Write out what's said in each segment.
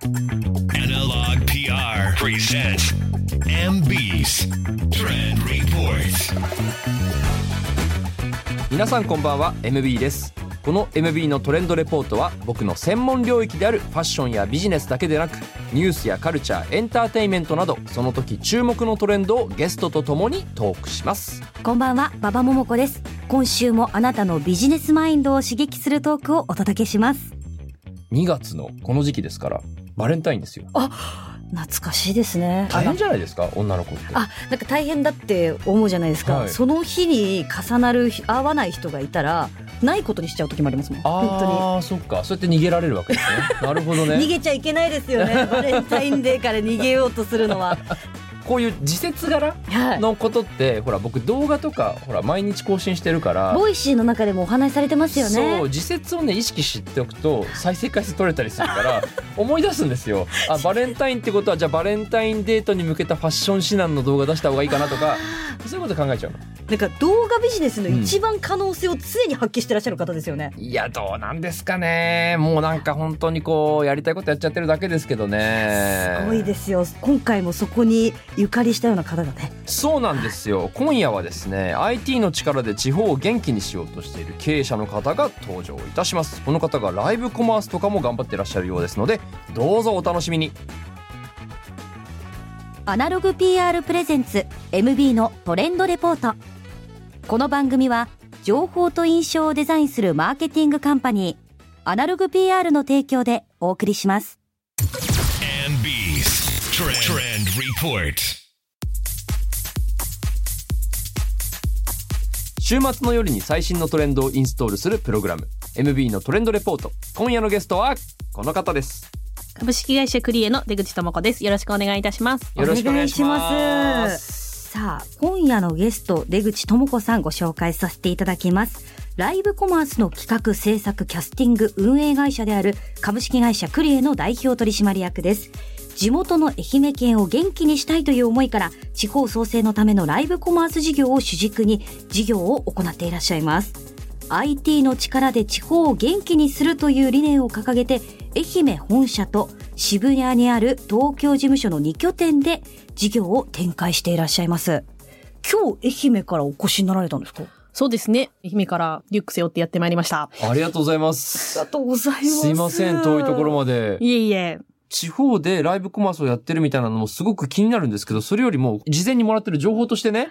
Analog PR presents MB's Trend Report. 皆さんこんばんは MB ですこの MB のトレンドレポートは僕の専門領域であるファッションやビジネスだけでなくニュースやカルチャーエンターテインメントなどその時注目のトレンドをゲストとともにトークしますこんばんは、馬場ももこです。今週もあなたのビジネスマインドを刺激するトークをお届けします。 2月のこの時期ですからバレンタインですよ懐かしいですね。大変じゃないですか女の子ってあ、なんか大変だって思うじゃないですか。はいその日に重なる、合わない人がいたら、ないことにしちゃう時もありますもん。本あーそっかそうやって逃げられるわけです ねなるほど当に。逃ねげちゃいけないですよ ね。バレンタインデーから逃げようとするのは。こういう自節柄 はい。のことってほら僕動画とかほら毎日更新してるからボイシーの中でもお話しされてますよそうね。自節をね意識しておくと再生回数取れたりするから 思い出すんですよあバレンタインってことはじゃあバレンタインデートに向けたファッション指南の動画出した方がいいかなとかそういうこと考えちゃうのなんか動画ビジネスの一番可能性を常に発揮してらっしゃる方ですよね。いやどうなんですかねもうなんか本当にこうやりたいことやっちゃってるだけですけどねすごいですよ。今回もそこにゆかりしたような方がね。そうなんですよ今夜はですね IT の力で地方を元気にしようとしている経営者の方が登場いたしますこの方がライブコマースとかも頑張ってらっしゃるようですのでどうぞお楽しみにアナログ PR プレゼンツ MB のトレンドレポートこの番組は情報と印象をデザインするマーケティングカンパニーアナログ PR の提供でお送りします MB's Trend, Trend Report. 週末の夜に最新のトレンドをインストールするプログラム MB のトレンドレポート今夜のゲストはこの方です株式会社クリエの出口智子です。よろしくお願いいたします。よろしくお願いしますお願いしますさあ今夜のゲスト出口智子さんご紹介させていただきますライブコマースの企画制作キャスティング運営会社である株式会社クリエの代表取締役です地元の愛媛県を元気にしたいという思いから地方創生のためのライブコマース事業を主軸に事業を行っていらっしゃいます IT の力で地方を元気にするという理念を掲げて愛媛本社と渋谷にある東京事務所の2拠点で事業を展開していらっしゃいます今日愛媛からお越しになられたんですかあそうですね。愛媛からリュック背負ってやってまいりました。ありがとうございますりがとうございますすいません遠いところまでいえいえ。地方でライブコマースをやってるみたいなのもすごく気になるんですけどそれよりも事前にもらってる情報としてね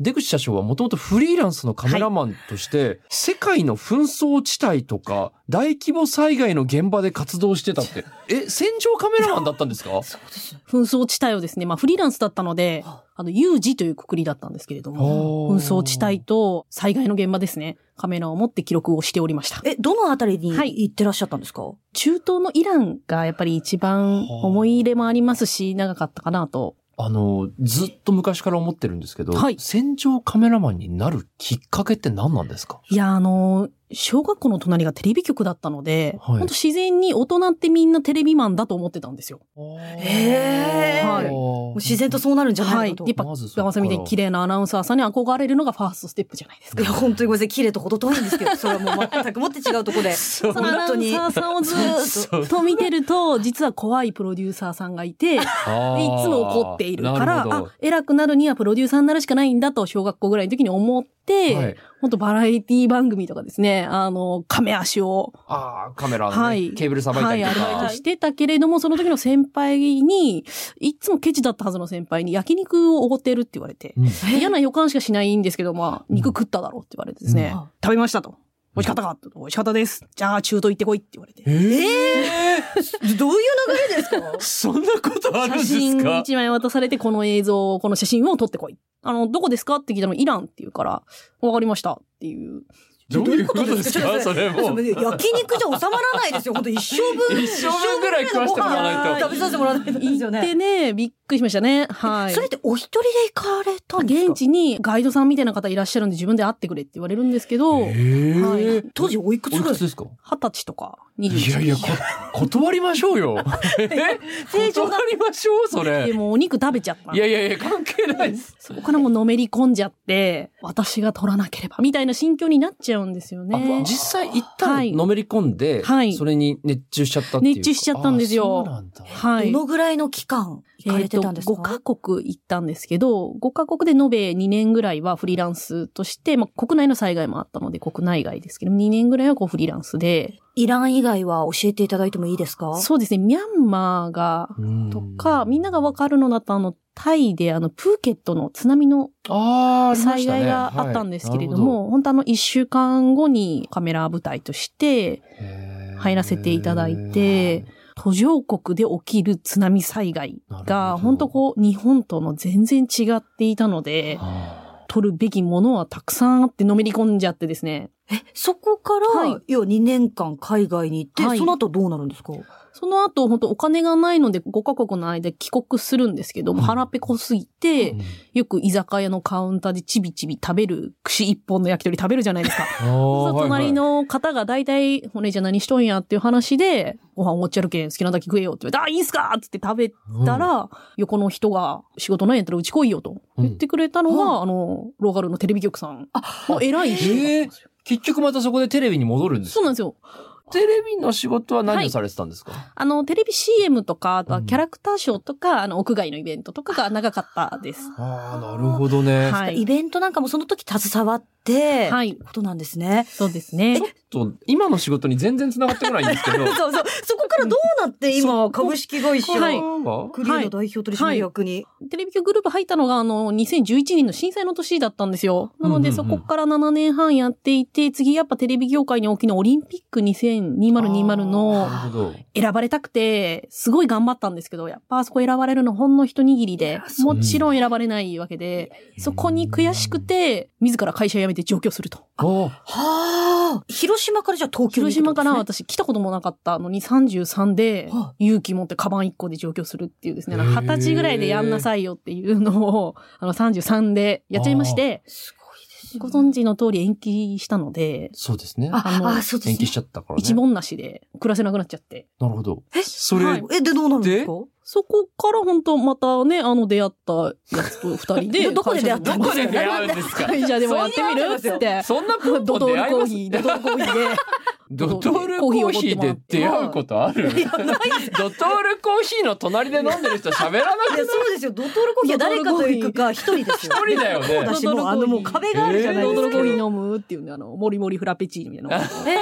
出口社長はもともとフリーランスのカメラマンとして、世界の紛争地帯とか大規模災害の現場で活動してたってえ戦場カメラマンだったんですか 紛争地帯をですね、まあフリーランスだったので、あの、有事というくくりだったんですけれども、おー紛争地帯と災害の現場ですね。カメラを持って記録をしておりました。えどのあたりにはい行ってらっしゃったんですか、中東のイランがやっぱり一番思い入れもありますし、長かったかなと。あの、ずっと昔から思ってるんですけど、はい戦場カメラマンになるきっかけって何なんですかいや、あの、小学校の隣がテレビ局だったので、はい本当自然に大人ってみんなテレビマンだと思ってたんですよ。へーはいもう自然とそうなるんじゃはないいか。と、やっぱ、まずそっから山さんみたいに綺麗なアナウンサーさんに憧れるのがファーストステップじゃないですいか。や本当にごめんなさい綺麗と程遠いんですけどそれはもう全くもって違うと ころで そのアナウンサーさんをずーっと見てると、実は怖いプロデューサーさんがいて、いつも怒っているから、あ、偉くなるにはプロデューサーになるしかないんだと小学校ぐらいの時に思って、はい、ほんとバラエティ番組とかですね、あの、亀足を、ああ、カメラの、ねはいケーブルさばいたはりい、とアルか。バイトしてたけれども、その時の先輩に、いつもケチだったはずの先輩に焼肉をおごってるって言われて、うん嫌な予感しかしないんですけど、まあ、肉食っただろうって言われてですね、うん食べましたと。美味しかったか美味しかったです。じゃあ、中東行ってこいって言われて。ええどういう流れですかそんなことあるんで写す真か一枚渡されて、この映像を、この写真を撮ってこい。あの、どこですかって聞いたの、イランって言うから、わかりましたっていう。どういうことですちょっかとそれもう。焼肉じゃ収まらないですよ。本当一生分。 一生分ぐらい食わしてもらわないいとや。食べさせてもらわないとですよ行ってね。ね、びっくりしましたね。はい。それってお一人で行かれたんですか現地にガイドさんみたいな方いらっしゃるんで、自分で会ってくれって言われるんですけど、え二十ーはい当時おいくつおいぐらいくでつすかですか歳とか、いや21いや、こ断りましょう よ。え正常な断りましょう、それで。もお肉食べちゃったんいでやいやいや、関係ないです。そこからもうのめり込んじゃって、私が取らなければ、みたいな心境になっちゃうんですよあね。実際一旦はいのめり込んで、はいそれに熱中しちゃったっていうか熱中しちゃったんですよあそうなんだはい。どのぐらいの期間行かれてたんですか、えーと5カ国行ったんですけど、5カ国で延べ2年ぐらいはフリーランスとして、まあ、国内の災害もあったので国内外ですけど、2年ぐらいはこうフリーランスで、イラン以外は教えていただいてもいいですかそうですね、ミャンマーが、うんとか、みんながわかるのだとあの、タイであの、プーケットの津波のあーありま災したね害があったんですけれども、本当あの、1週間後にカメラ部隊として、入らせていただい、はいて途上国で起きる津波災害なるが、ほど本当こう、日本との全然違っていたのでへー、は取るべきものはたくさんあってのめり込んじゃってですね。え、そこから、はい要は2年間海外に行って、はいその後どうなるんですかその後、本当お金がないので5カ国の間帰国するんですけど、もう腹ペコすぎあて、よく居酒屋のカウンターでちびちび食べる、串一本の焼き鳥食べるじゃないですか。そうすると隣、の方が大体、お姉ちゃん何しとんやっていう話で、ご飯おごっちゃるけん好きなだけ食えよって言われて、あ、いいんすかっつって食べたうん、ら、横の人が仕事ないんやったらうち来いよと言ってくれたのが、あの、ローカルのテレビ局さん。もう偉い人だったんですよ。結局またそこでテレビに戻るんですそうよなんですよ。テレビの仕事は何をされてたんですか、あの、テレビ CM とか、あとうはんキャラクターショーとか、あの、屋外のイベントとかが長かったです。ああ、なるほどね。はイい。ベントなんかもその時携わって、。はいい。ことなんですね。そうですね。ちょっと、今の仕事に全然繋がってこないんです けど。そうそう。そこからどうなって今、株式会社、はいはクリーの代表取締役に。テレビ局グループ入ったのが、あの、2011年の震災の年だったんですよ。なので、うんうそんうんこから7年半やっていて、次やっぱテレビ業界に大きなオリンピック2020のなるほど。選ばれたくて、すごい頑張ったんですけど、やっぱあそこ選ばれるのほんの一握りで、うもちろん選ばれないわけで、そこに悔しくて、自ら会社辞めて上京すると。おはあ。広島からじゃあ東京に広行く島ってこかとらですね私来たこともなかったのに33では、勇気持ってカバン1個で上京するっていうですね、へー20歳ぐらいでやんなさいよっていうのを、あの33でやっちゃいまして、すごいですよごね存知の通り延期したので、そうですね。ああのあ、そうで延す期ねし。ちゃったからね。一文なしで暮らせなくなっちゃって。なるほど。えそれ、はいえ、で、どうなるんですかそこから本当またね、あの出会ったやつと二人で。どどこで出会った会社どこで出会うんですか 会社でもやってみるっつって。そんなドトールコーヒー、ドドトールコーヒーで。ドトールコーヒーで出会うことあるドトールコーヒーの隣で飲んでる人喋らないくや、てそうですよ。ドトールコーヒーはドトー誰ルかコとーヒー行くか、一人ですよ。一人だよね そうだし、もうあの、もう壁があるじゃないドですトールかコ。ーヒー飲むっていうね、あの、もりもりフラペチーノみたいなの。え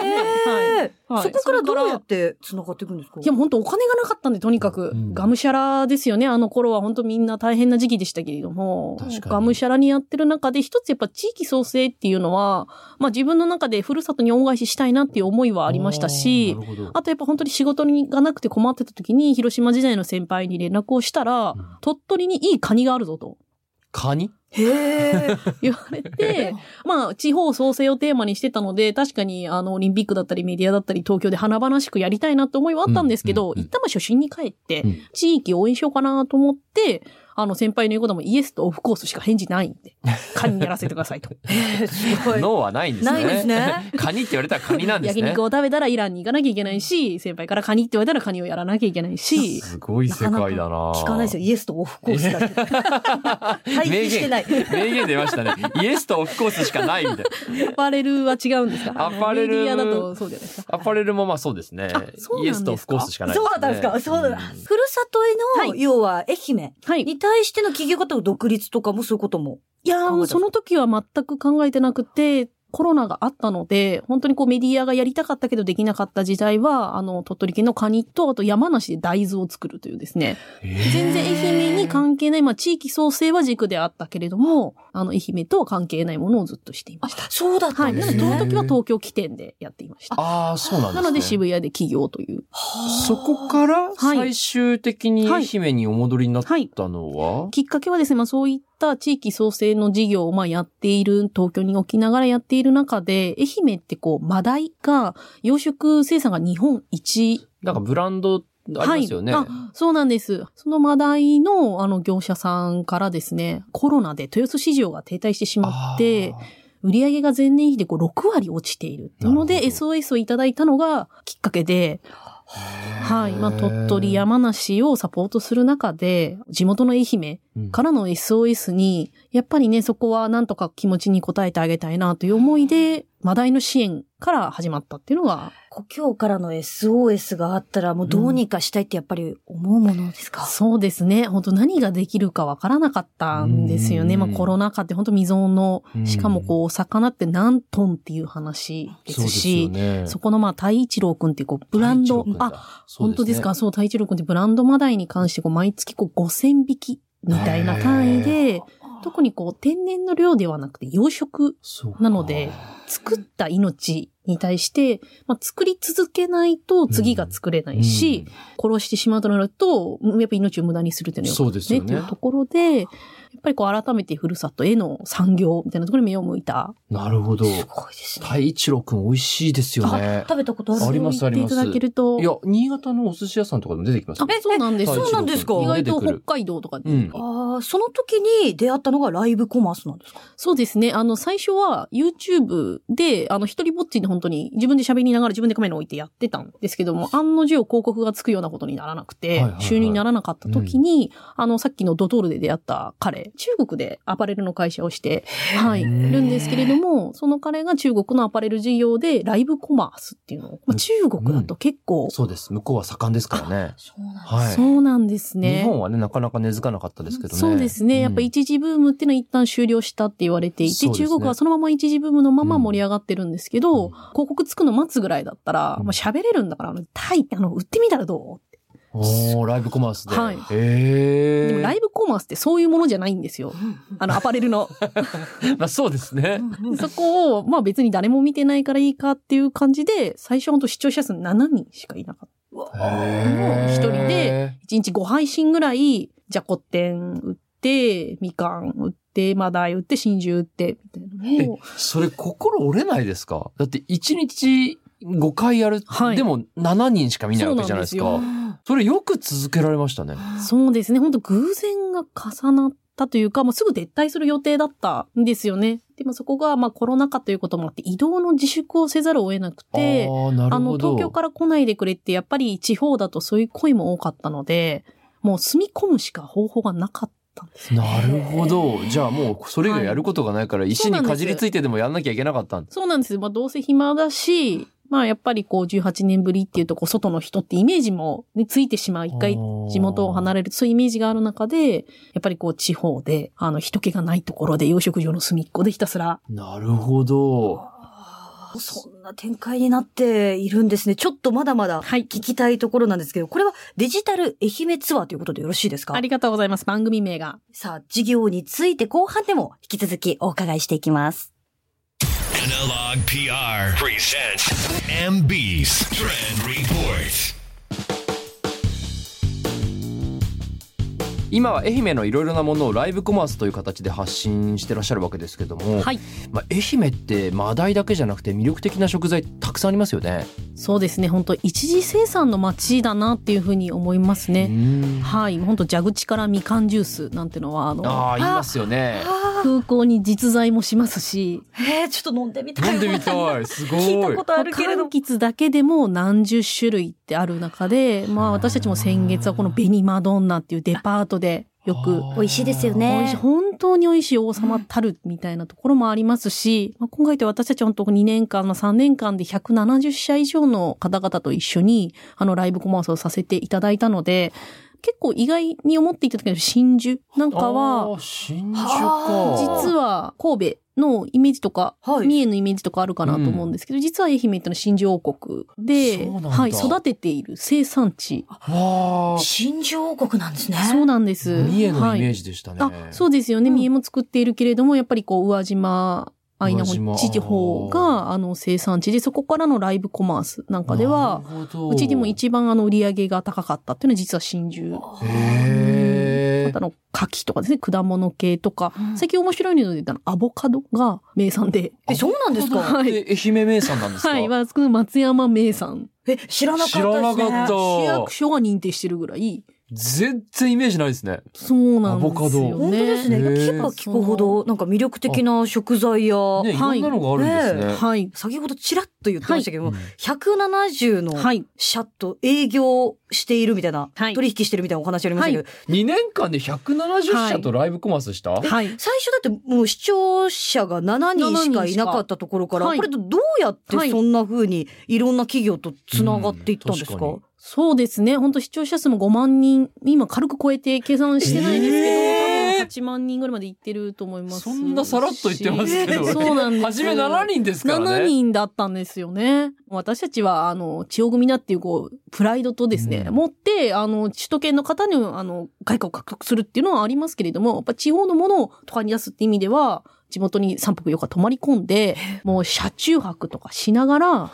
えはいそこからそれからどうやって繋がっていくんですかいや、もう本当お金がなかったんで、とにかくう。んがむしゃらですよね。あの頃は本当みんな大変な時期でしたけれども確か。にがむしゃらにやってる中で、一つやっぱ地域創生っていうのは、まあ自分の中でふるさとに恩返ししたいなっていう思いはありましたし、なるほどあとやっぱ本当に仕事がなくて困ってた時に、広島時代の先輩に連絡をしたら、うん鳥取にいいカニがあるぞとカニへえ。言わ れて、まあ地方創生をテーマにしてたので、確かにあのオリンピックだったりメディアだったり東京で華々しくやりたいなって思いはあったんですけうんど、うんうん一旦まあ初心に帰ってうん、地域応援しようかなと思って、あの先輩の言うこともイエスとオフコースしか返事ないん で、カニやらせてくださいと。へえすごい。脳はないんですね。ないですね。 カニって言われたらカニなんです焼ね肉。を食べたらイランに行かなきゃいけないし、先輩からカニって言われたらカニをやらなきゃいけない し、すごい世界だな聞かないですよ。イエスとオフコースだけ。対名比言してない。名言出ましたね。イエスとオフコースしかないみたいアパレルは違うんですかアパレルメディアだとそうじゃないですか。な。アパレルもまあそうですねあ。そうなんイですかエスとオフコースしかない、そうだったんですかそうだ。んふるさとへの、は要は愛媛はい。いに対しての企業方の独立とかもそういうことも。や考えたー、んもでうすかその時は全く考えてなくて、コロナがあったので、本当にこうメディアがやりたかったけどできなかった時代は、あの、鳥取県のカニと、あと山梨で大豆を作るというですね。全然愛媛に関係ない、まあ地域創生は軸であったけれども、あの、愛媛とは関係ないものをずっとしていました。そうだったはい。んでなすので、ね。そへのー時は東京起点でやっていました。ああ、そうなんですね。なので渋谷で起業という。そこからはい最終的に愛媛にお戻りになっはい。たのは、きっかけはですね、まあそういった地域創生の事業をまあやっている、東京に置きながらやっている中で、愛媛ってこう、マダイが、養殖生産が日本一。なんかブランドありますよね。はいあ、そうなんです。そのマダイの、あの、業者さんからですね、コロナで豊洲市場が停滞してしまって、売り上げが前年比でこう6割落ちている。なのなで、るほ SOS をいただいたのがきっかけで、あー、はい。まあ、鳥取、や山梨をサポートする中で、地元の愛媛うんからの SOS に、やっぱりね、そこはなんとか気持ちに応えてあげたいなという思いで、マダイの支援から始まったっていうのが、故郷からの SOS があったら、もうどうにかしたいってやっぱり思うものですか、そうですね。本当何ができるかわからなかったんですよね。うんまあコロナ禍って本当未曾有のう、んしかもこう、魚って何トンっていう話でそうですよすし、ね。そこのまあ、太一郎くんっていうこう、ブランド、あ、あ、本当ですかそう、太一郎くんってブランドマダイに関してこう、毎月こう、5000匹みたいな単位で、特にこう、天然の量ではなくて養殖そうかなので、作った命に対して、まあ、作り続けないと次が作れないし、殺してしまうとなると、やっぱ命を無駄にするっていうのはそうですよねっていうところで、やっぱりこう改めてふるさとへの産業みたいなところに目を向いた。うんなるほど。すごいですね。太一郎くん美味しいですよねあ、。食べたことあるありますそう言っていただけると。いや、新潟のお寿司屋さんとかでも出てきますよあ。そうなんです。太一郎くそうなんですか意外と出てく北る海道とかで、うんああ、その時に出会ったのがライブコマースなんですかそうですね。あの、最初は YouTube で、あの、一人ぼっちで本当に自分で喋りながら自分でカメラ置いてやってたんですけども、案の定広告がつくようなことにならなくはいてはいは、い収入にならなかった時に、あの、さっきのドトールで出会った彼、中国でアパレルの会社をして、はい、いるんですけれども、その彼が中国のアパレル事業でライブコマースっていうのを、まあ、中国だと結構、そうです。向こうは盛んですからね。そうなんです。はい。そうなんですね。日本はね、なかなか根付かなかったですけどね。そうですね。やっぱ一時ブームっていうのは一旦終了したって言われていて、そうですね中国はそのまま一時ブームのまま盛り上がってるんですけど、うん広告つくの待つぐらいだったら、うんまあ喋れるんだから、あの、タイ、あの、売ってみたらどうん。おーライブコマースで。はいうへでもライブコマースってそういうものじゃないんですよ。あの、アパレルの。 ブ。まあそうですね。うんそこを、まあ別に誰も見てないからいいかっていう感じで、最初ほんと視聴者数7人しかいなかった。へー一人で。1日5配信ぐらい、じゃこってん売って、みかん売って、マダイ売って、真珠売って、みたいなえのを。、それ心折れないですかだって一日5回やる、はいでも7人しか見ないわけじゃないですか。そうそなんれよく続けられましたね。そうですね。本当偶然が重なったというか、もうすぐ撤退する予定だったんですよね。でもそこが、まあコロナ禍ということもあって、移動の自粛をせざるを得なくて、ああ、なるあの、ほど。東京から来ないでくれって、やっぱり地方だとそういう声も多かったので、もう住み込むしか方法がなかったんです。なるほど。じゃあもうそれ以外やることがないから石そうなにんですかじりついてでもやんなきゃいけなかったんです。そうなんです。まあどうせ暇だし、まあやっぱりこう18年ぶりっていうとこう外の人ってイメージも、ね、ついてしまう。一回地元を離れれる、そういうイメージがある中で、やっぱりこう地方で、あの人気がないところで養殖場の隅っこでひたすら。なるほど。あーそんな展開になっているんですね。ちょっとまだまだはい。聞きたいところなんですけど、これはデジタル愛媛ツアーということでよろしいですかありがとうございます。番組名が。さあ、事業について後半でも引き続きお伺いしていきます。 Analog PR presents MB's Trend Report. 今は愛媛のいろいろなものをライブコマースという形で発信してらっしゃるわけですけども、はい。まあ、愛媛ってマダイだけじゃなくて魅力的な食材たくさんありますよね。そうですね。本当一次生産の街だなっていうふうに思いますね。うんはい。本当蛇口からみかんジュースなんてのは、あの、ああ、言いますよね。あ空港に実在もしますし、ーえー、ちょっと飲んでみたい。飲んでみたい。すごい。聞いたことあるけれど柑も。橘だけでも何十種類ってある中で、まあ私たちも先月はこのベニマドンナっていうデパートでよく美味しいですよね美味しい本当に美味しい王様たるみたいなところもありますし、まあ、今回って私たち本当2年間、まあ、3年間で170社以上の方々と一緒に、あの、ライブコマースをさせていただいたので、結構意外に思っていただけど、真珠なんかは、あー、新宿はか。実は神戸のイメージとか、はい三重のイメージとかあるかなと思うんですけど、実は愛媛っていうのは真珠王国でそうなん、だはい、育てている生産地。わー新庄王国なんですね。そうなんです。三重のイメはいージでしたね。あ、そうですよね。うん三重も作っているけれども、やっぱりこう、宇和島、アイナ宇和島ホ地方が、あの、生産地で、そこからのライブコマースなんかでは、なるほど、うちでも一番あの、売り上げが高かったっていうのは実は真珠。へあとあの、柿とかですね、果物系とか、うん最近面白いので言ったの、アボカドが名産で、え、そうなんですかはいえ愛媛名産なんですか。はい、は、松山名産。え、知らなかったですね。知らなかった市役所が認定してるぐらい、全然イメージないですね。そうなんですアボカド本よ当ね。ですね。ね聞けば聞くほど、なんか魅力的な食材や、ね、いろはいんなのがあるんですね。はい。先ほどちらっと言ってましたけども、うん170のはい。社と営業しているみたいな、はい取引してるみたいなお話ありましたけど、 2年間で170社とライブコマースした、はい。最初だってもう視聴者が7人しかいなかったところから、はいこれどうやってそんな風にいろんな企業とつながっていったんですか,、うん確そうですね。本当視聴者数も5万人、今軽く超えて計算してないですけど、えー多分8万人ぐらいまでいってると思います。そんなさらっと言ってますけど、しそうなんです。初め7人ですからね。 7人だったんですよね。私たちは、あの、千代組だっていう、こう、プライドとですね、うん持って、あの、首都圏の方に、あの、外貨を獲得するっていうのはありますけれども、やっぱ地方のものを都会に出すって意味では、地元に3泊4日泊まり込んで、もう車中泊とかしな がら、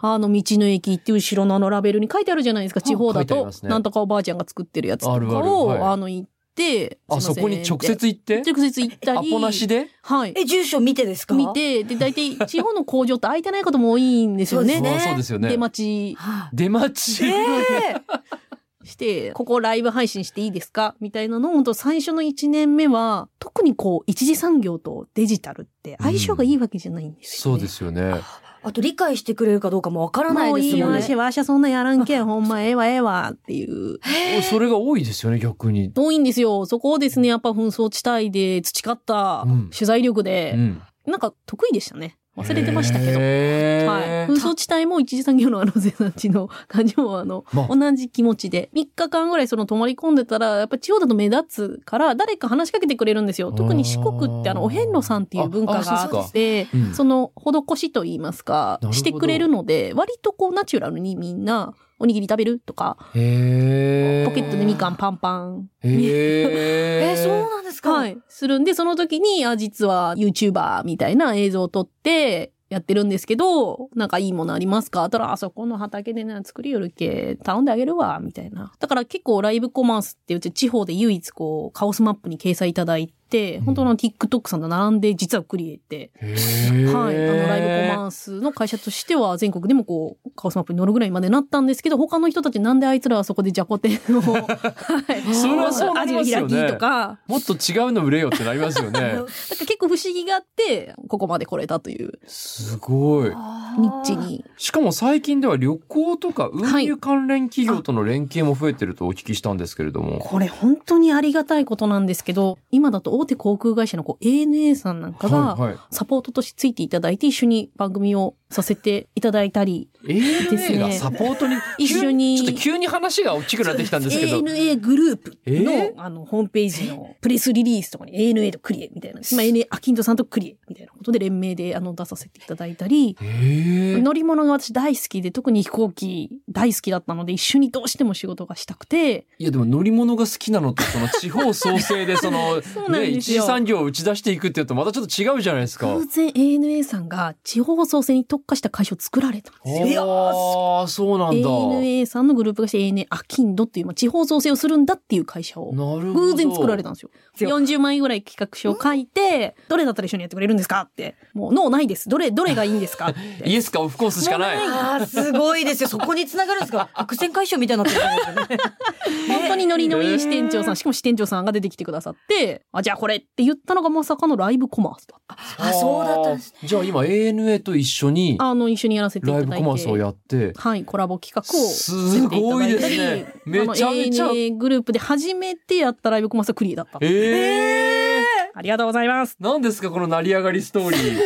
あの、道の駅っていう後ろのあのラベルに書いてあるじゃないですか、地方書だいてありとま、すねなんとかおばあちゃんが作ってるやつとかを、ああるあるはいの、行って、あそこに直接行って直接行ったり、アポなしではい。え、住所見てですか見て、で、大体地方の工場って空いてないことも多いんですよそうね。ですねあそうですよね出。待はい出待ち。ええちして、ここライブ配信していいですかみたいなのを、本当最初の1年目は、特にこう、一次産業とデジタルって相性がいいわけじゃないんですそよ、ねうですよね。あと理解してくれるかどうかもわからないもうでいすいもんね。話、わしゃそんなやらんけん、ほんま、ええわ、ええわ、っていう。それが多いですよね、逆に。多いんですよ。そこをですね、やっぱ紛争地帯で培ったうん取材力で、ん。なんか得意でしたね。忘れてましたけど。へはい。ー紛争地帯も一次産業のあの ゼナチの感じもあの、まあ同じ気持ちで。3日間ぐらいその泊まり込んでたら、やっぱ地方だと目立つから、誰か話しかけてくれるんですよ。特に四国ってああーの、お遍路さんっていう文化あがあそうあでっすて、うんその、施しと言いますかなるほ、どしてくれるので、割とこうナチュラルにみんな、おにぎり食べるとか、へポケットでみかんパンパン。ん。へえーそうなんですか、はい。するんで、その時に、あ、実は YouTuber みたいな映像を撮って、やってるんですけど、なんかいいものありますかあたら、あそこの畑でな、作りよるけ、頼んであげるわ、みたいな。だから結構ライブコマースって、うち地方で唯一こう、カオスマップに掲載いただいて、本当の TikTok さんと並んで、実はクリエイて、へはーい。あの、ライブコマースの会社としては、全国でもこう、カオスマップに乗るぐらいまでなったんですけど、他の人たちなんであいつらはそこでジャコテの、 はい。それはそうなりますよねアジの開きとか、もっと違うの売れよってなりますよ ね。なんか結構不思議があって、ここまで来れたというすごい。ニッチに。しかも最近では旅行とか運輸関連企業との連携も増えてるとお聞きしたんですけれども。これ本当にありがたいことなんですけど、今だと大手航空会社のこう ANA さんなんかが、はいはサポートとしてついていただいて一緒に番組をさせていただいたり、い。ANA がですサねポートに、一緒に急ちょっと急に話が大きくなってきたんですけど。 ANA グループえーのあのホームページのプレスリリースとかに ANA とクリエみたいな、今 ANA アキントさんとクリエみたいなことで連名であの出させていただいたり、へー乗り物が私大好きで、特に飛行機大好きだったので、一緒にどうしても仕事がしたくて、いやでも乗り物が好きなのってその地方創生でそのそうなんねですよ一次産業を打ち出していくっていうとまたちょっと違うじゃないですか。偶然 ANA さんが地方創生に特化した会社を作られたんですよ。いやああそうなんだ。 ANA さんのグループがして ANA アキンドっていう、まあ、地方創生をするんだっていう会社をなるほど。偶然作られたんですよ。強40枚ぐらい企画書を書いて、どれだったら一緒にやってくれるんですかって。もう脳ないです。どれ、どれがいいんですかっイ て。エスかオフコースしかない。あーすごいですよ。そこに繋がるんですか悪戦解消みたいになってるんですよね。本当にノリのいい支店長さん、しかも支店長さんが出てきてくださって、あ、じゃあこれって言ったのがまさかのライブコマースだった。あ、そうだったんです。あーじゃあ今 ANA と一緒にあの、一緒にやらせていたラだイいて。ブコマースをやって。はい、コラボ企画をさすせていたごいだいでたすり、ね。めちゃめちゃ。あの ANA グループで初めてやったライブコマースはクリエだった。ええありがとうございます。なんですかこの成り上がりストーリー。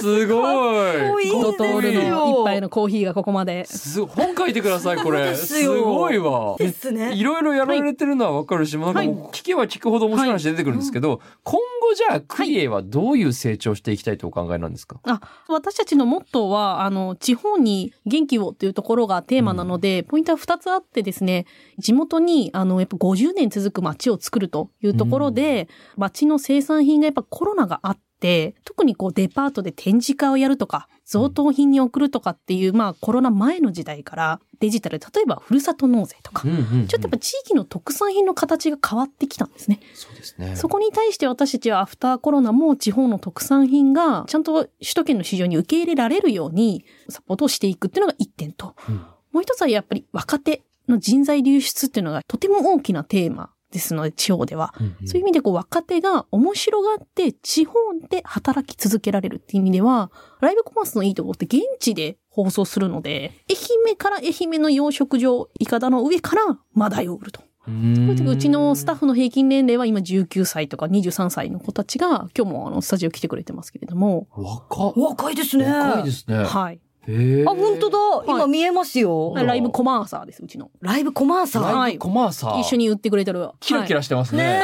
すごい。いいドですトよールの一杯のコーヒーがここまで。す本書いてくださいこれ。そうですよすごいわ。ですねい。ろいろやられてるのはわかるし、もうなんかもう聞けば聞くほど面白い話出てくるんですけど、今後じゃあクリエはどういう成長していきたいとお考えなんですか、あ、私たちのモットーは、あの、地方に元気をというところがテーマなので、ポイントは2つあってですね、地元に、あの、やっぱ50年続く街を作るというところで、街の生産品がやっぱコロナがあって、特にこうデパートで展示会をやるとか、贈答品に送るとかっていう、まあコロナ前の時代からデジタル、例えばふるさと納税とか、うんうんうんちょっとやっぱ地域の特産品の形が変わってきたんですね。そうですね。そこに対して私たちはアフターコロナも地方の特産品がちゃんと首都圏の市場に受け入れられるようにサポートをしていくっていうのが一点と。うんもう一つはやっぱり若手。の人材流出っていうのがとても大きなテーマですので、地方では。うんうんそういう意味でこう若手が面白がって地方で働き続けられるっていう意味では、ライブコマースのいいところって現地で放送するので、愛媛から愛媛の養殖場、イカダの上からマダイを売ると。うんうちのスタッフの平均年齢は今19歳とか23歳の子たちが今日もあのスタジオ来てくれてますけれども、若っ若いですね。若いですね。あ、はい。あ、本当だ。今はい見えますよ。はいライブコマーサーです、うちの。ライブコマーサー。ラはイいブコマーサー。一緒に売ってくれてる。キラキはラしてますねね。い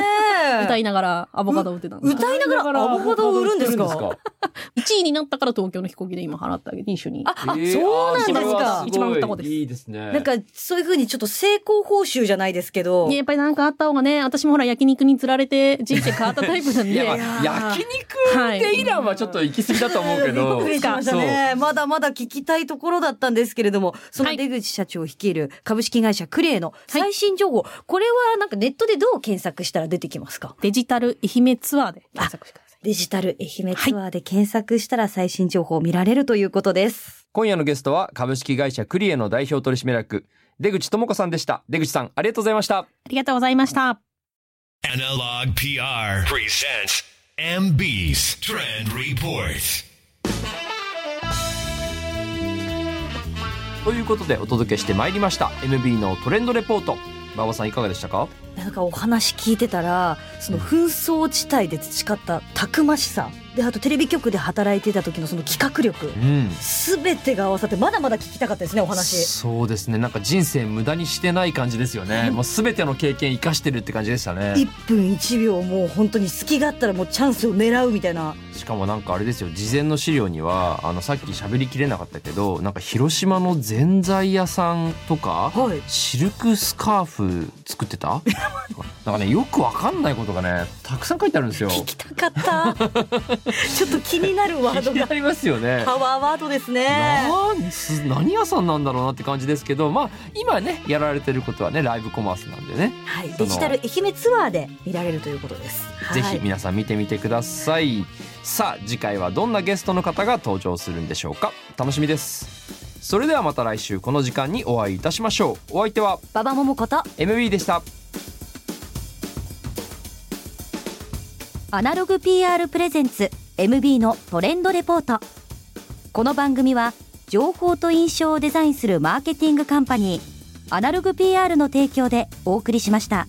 え。歌いながらアボカド売ってたんです。歌いながらアボカドを売るんですかアボカドを売ってるん1位になったから東京の飛行機で今払ってあげて一緒に。あ、あ、えーそうなあんーそですれはかごい。一番売った子ですいいですね。なんか、そういうふうにちょっと成功報酬じゃないですけど。ね、やっぱりなんかあった方がね、私もほら焼肉に釣られて人生変わったタイプなんいや、で。はまあいやー焼肉でイランはちょっと行き過ぎだと思うけど。びっくりしましたね。まだまだ聞きたいところだったんですけれども、そのはい出口社長率いる株式会社クレイの最新情報、これはなんかネットでどう検索したら出てきますかデジタル愛媛ツアーで検索してください。デジタル愛媛ツアーで検索したら最新情報を見られるということです。今夜のゲストは株式会社クリエの代表取締役、出口智子さんでした。出口さん、ありがとうございました。ありがとうございました。 Analog PR presents MB's Trend Report. ということでお届けしてまいりました MB のトレンドレポート馬場さんいかがでしたかなんかお話聞いてたら、その紛争地帯で培ったたくましさ、で、あとテレビ局で働いてた時のその企画力、んすべてが合わさって、まだまだ聞きたかったですね、お話。そうですねなんか人生無駄にしてない感じですよねもう全ての経験生かしてるって感じでしたね1分1秒もう本当に隙があったらもうチャンスを狙うみたいな。しかもなんかあれですよ事前の資料にはあのさっき喋りきれなかったけどなんか広島のぜんざい屋さんとかはい。シルクスカーフ作ってたなんかねよくわかんないことがねたくさん書いてあるんですよ聞きたかった。 ちょっと気になるワー気 ドになが。りますよねパワーワードですね。なんす何屋さんなんだろうなって感じですけど、まあ、今ねやられてることはねライブコマースなんでね、はい、デジタル愛媛ツアーで見られるということです。ぜはひい皆さん見てみてくださいさあ次回はどんなゲストの方が登場するんでしょうか楽しみですそれではまた来週この時間にお会いいたしましょうお相手は馬場桃子と MB でしたアナログ PR プレゼンツ MB のトレンドレポートこの番組は情報と印象をデザインするマーケティングカンパニーアナログ PR の提供でお送りしました。